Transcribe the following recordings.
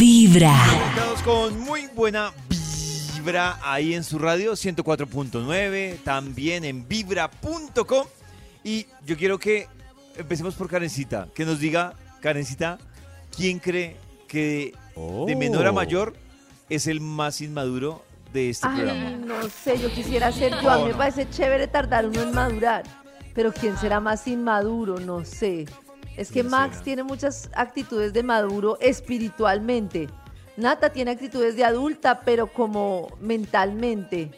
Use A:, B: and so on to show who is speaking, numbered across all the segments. A: Vibra.
B: Estamos con muy buena vibra ahí en su radio 104.9, también en vibra.com. Y yo quiero que empecemos por Karencita, que nos diga, Karencita, ¿quién cree que
C: Oh.
B: de menor a mayor es el más inmaduro de este
D: Ay,
B: programa?
D: no sé, yo quisiera ser yo. A mí me parece chévere tardar uno en madurar. Pero ¿quién será más inmaduro? No sé. Es que
B: ¿Quién
D: Max
B: será?
D: tiene muchas actitudes de maduro espiritualmente. Nata tiene actitudes de adulta, pero como mentalmente.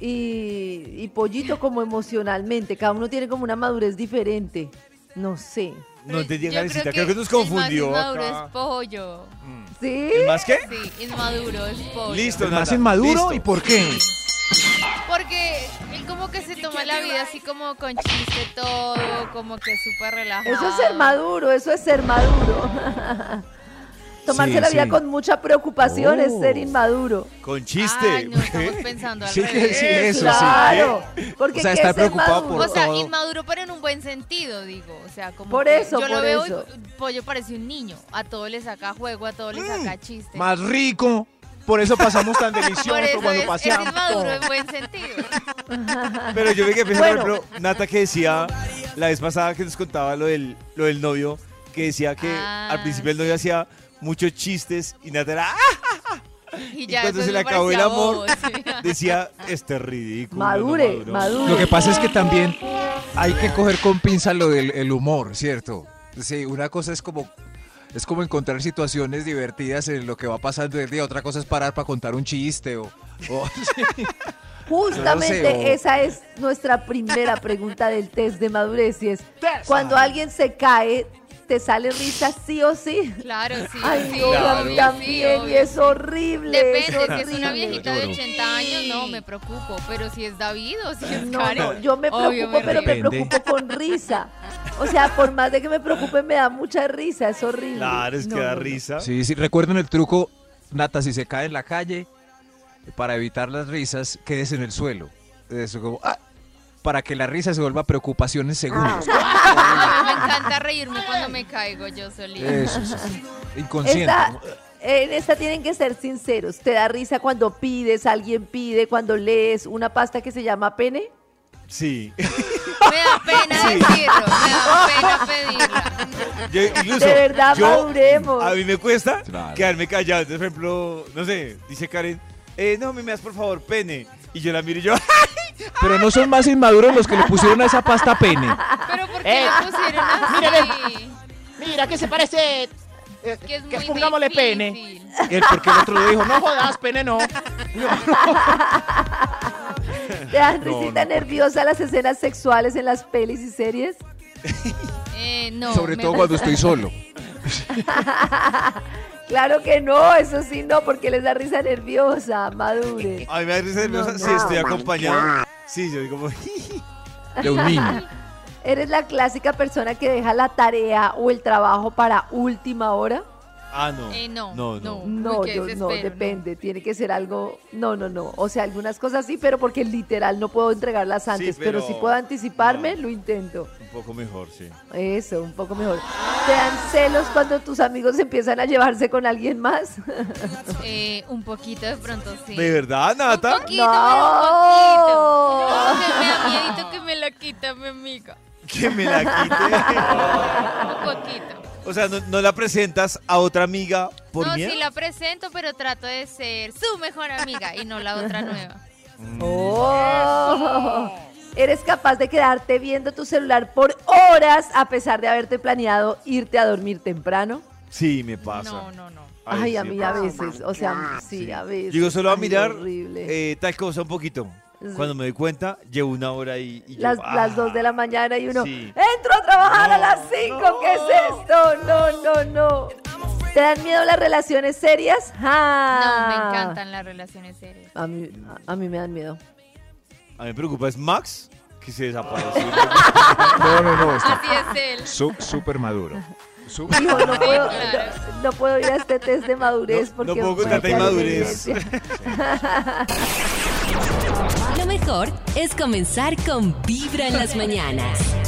D: Y, y Pollito como emocionalmente. Cada uno tiene como una madurez diferente. No sé.
B: No entendí,
E: pues, Yo
B: Karencita, creo que nos
E: El
B: confundió.
E: más inmaduro es
B: acá.
E: pollo.
D: ¿Sí?
B: ¿El más qué?
E: Sí, inmaduro es pollo.
B: Listo,
C: ¿El más
B: Nata,
C: inmaduro
B: listo.
C: y por qué?
E: Porque él como que se toma la vida así como con chiste todo, como que súper relajado.
D: Eso es ser maduro, eso es ser maduro. Tomarse
C: Sí,
D: la vida
C: sí.
D: con mucha preocupación es ser
C: Oh.
D: inmaduro.
B: Con
E: Ay,
B: chiste.
E: Ah, no, estamos pensando al
C: Sí, que
E: revés.
C: sí, eso
D: claro, porque
C: O sea, está
D: ¿qué es ser
C: preocupado
D: maduro?
C: por
E: O sea,
C: todo.
E: inmaduro pero en un buen sentido, digo. O sea, como
D: Por
E: que
D: eso,
E: yo lo
D: por
E: veo
D: eso.
E: y pollo parece un niño. A todo le saca juego, a todo
B: Mm,
E: le saca chiste.
C: sí. Más rico. Por eso pasamos tan
E: Por
C: delicioso
E: eso
C: cuando
E: es, es
C: paseamos.
E: inmaduro en buen sentido.
B: Pero yo me quedé pensando,
D: Bueno.
B: por ejemplo, Nata que decía la vez pasada que nos contaba lo del, lo del novio, que decía que
E: Ah.
B: al principio el novio hacía muchos chistes y Nata era, ¡ah!
E: Y ya
B: cuando
E: después
B: se le
E: me
B: acabó el
E: parecía
B: amor,
E: bobo, sí.
B: decía, este ridículo. no
D: Madure,
B: maduró".
D: madure.
C: Lo que pasa es que también hay que coger con pinza lo del el humor, ¿cierto? Sí, una cosa es como es como encontrar situaciones divertidas en lo que va pasando el día, otra cosa es parar para contar un chiste o, o- sí.
D: Justamente
C: Yo no sé, o-
D: esa es nuestra primera pregunta del test de madurez y es cuando alguien se cae, ¿te sale risa sí o sí?
E: Claro, sí.
D: Ay,
E: sí,
D: no, a
E: obvio,
D: mí
E: sí,
D: también y
E: obvio.
D: es horrible. es
E: Depende, si es
D: horrible.
E: una viejita de
C: Duro.
E: 80 años, no, me preocupo. Pero si es David o si es
D: No,
E: Karen.
D: no, yo me preocupo,
E: obvio
D: pero me
C: río.
D: preocupo con risa. O sea, por más de que me preocupe, me da mucha risa, es horrible.
B: Claro, es
D: No,
B: que da
D: no, no.
B: risa.
C: Sí, sí, recuerden el truco, Nata, si se cae en la calle, para evitar las risas, quédese en el suelo. Eso como, ah, para que la risa se vuelva preocupación en segundos.
E: A mí me encanta reírme cuando me caigo yo solita.
C: Eso, sí, sí. Inconsciente.
D: Esta,
B: eh.
D: en esta tienen que ser sinceros. ¿Te da risa cuando pides, alguien pide, cuando lees una pasta que se llama pene?
B: Sí.
E: Me da pena decirlo, me da pena pedirla.
B: Yo, incluso,
D: De verdad,
B: yo-
D: maduremos.
B: A mí me cuesta
C: Claro.
B: quedarme callado. Entonces, por ejemplo, no sé, dice Karen, eh, no, me das por favor pene. Y yo la miro y yo,
C: Pero no son más inmaduros los que le pusieron a esa pasta pene.
E: Pero ¿por qué
F: Eh,
E: le pusieron así?
F: Mira, que se parece. eh,
E: Que es muy
F: que pongámosle pene.
E: difícil.
C: El- porque el otro le dijo, no,
F: No jodas, pene no.
D: ¿Te dan risita nerviosa las escenas sexuales en las pelis y series?
E: Eh, no,
C: sobre
E: me
C: todo
E: da-
C: cuando estoy solo.
D: Claro que no, eso sí no, porque les da risa nerviosa, madure.
B: a mí me da risa nerviosa
D: No,
B: si
D: no.
B: estoy acompañado. Sí, yo digo,
C: De un niño.
D: ¿Eres la clásica persona que deja la tarea o el trabajo para última hora?
B: ah, no.
E: Eh, no,
B: No, no.
E: no.
D: No,
E: Uy, qué
D: yo no,
E: desespero, ¿no?
D: depende, tiene que ser algo, no, no, no, o sea, algunas cosas sí, pero porque literal no puedo entregarlas antes, pero,
B: pero-
D: si puedo anticiparme,
B: no.
D: lo intento.
B: Un poco mejor, sí.
D: Eso, un poco mejor. ¿Te dan celos cuando tus amigos empiezan a llevarse con alguien más?
E: Eh, un poquito de pronto sí.
B: ¿De verdad,
E: Un
B: Nata?
E: poquito, pero un poquito. Que me da miedito que me la quita mi amiga.
B: Que me la
E: Un poquito.
B: quite. o sea, no, no la presentas a otra amiga por
E: no,
B: miedo.
E: sí la presento, pero trato de ser su mejor amiga y no la otra nueva.
B: Mm.
D: ¡Oh! Eres capaz de quedarte viendo tu celular por horas a pesar de haberte planeado irte a dormir temprano.
B: Sí, me pasa.
E: No, no, no.
D: Ay, a
B: sí
D: mí
B: me
D: a
B: pasa.
D: veces, o sea, sí, a veces.
B: Llego solo a
D: Ay,
B: mirar
D: Horrible.
B: eh, tal cosa un poquito.
D: Sí.
B: Cuando me doy cuenta, llevo una hora y, y yo,
D: las,
B: ah,
D: las 2 de la mañana y uno, "Eh".
B: sí.
D: entro a trabajar a
B: No,
D: las 5, ¿qué es esto? No, no, no. ¿Te dan miedo las relaciones serias?
E: No, me
D: ¡Ah!
E: encantan las relaciones serias.
D: A mí, a, a mí me dan miedo.
B: A mí me preocupa es Max, que se desapareció.
C: No, no, no. Está
E: Así es él.
C: su- súper maduro. Su-
D: Hijo, no puedo,
E: claro.
D: no, no puedo ir a este test de madurez
B: No- no
D: porque...
B: puedo con
D: puede
B: tanta
D: que alguien me
B: inmadurez.
D: meta.
A: Lo mejor es comenzar con Vibra en las mañanas.